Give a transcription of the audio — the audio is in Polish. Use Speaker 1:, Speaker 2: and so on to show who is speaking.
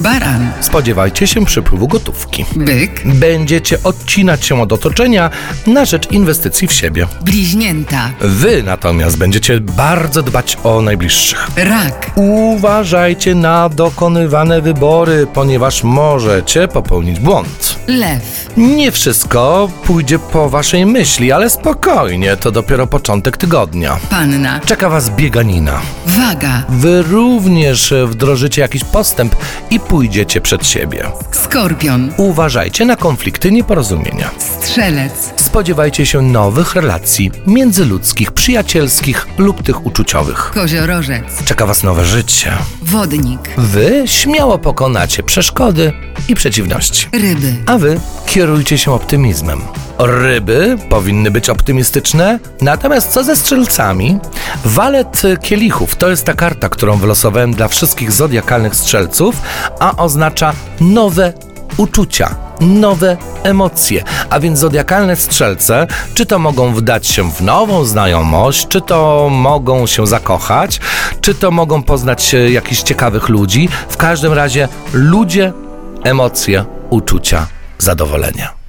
Speaker 1: Baran,
Speaker 2: Spodziewajcie się przepływu gotówki.
Speaker 1: byk,
Speaker 2: Będziecie odcinać się od otoczenia na rzecz inwestycji w siebie.
Speaker 1: bliźnięta,
Speaker 2: Wy natomiast będziecie bardzo dbać o najbliższych.
Speaker 1: rak,
Speaker 2: Uważajcie na dokonywane wybory, ponieważ możecie popełnić błąd.
Speaker 1: lew,
Speaker 2: Nie wszystko pójdzie po waszej myśli, ale spokojnie, to dopiero początek tygodnia.
Speaker 1: panna,
Speaker 2: Czeka was bieganina.
Speaker 1: waga,
Speaker 2: Wy również wdrożycie jakiś postęp i pójdziecie przed siebie.
Speaker 1: skorpion,
Speaker 2: Uważajcie na konflikty, nieporozumienia.
Speaker 1: strzelec,
Speaker 2: Spodziewajcie się nowych relacji międzyludzkich, przyjacielskich lub tych uczuciowych.
Speaker 1: koziorożec,
Speaker 2: Czeka Was nowe życie.
Speaker 1: wodnik,
Speaker 2: Wy śmiało pokonacie przeszkody i przeciwności.
Speaker 1: ryby,
Speaker 2: A Wy kierujcie się optymizmem. Ryby powinny być optymistyczne, natomiast co ze strzelcami? Walet kielichów to jest ta karta, którą wylosowałem dla wszystkich zodiakalnych strzelców, a oznacza nowe uczucia, nowe emocje. A więc zodiakalne strzelce, czy to mogą wdać się w nową znajomość, czy to mogą się zakochać, czy to mogą poznać e, jakichś ciekawych ludzi. W każdym razie ludzie emocje, uczucia, zadowolenie.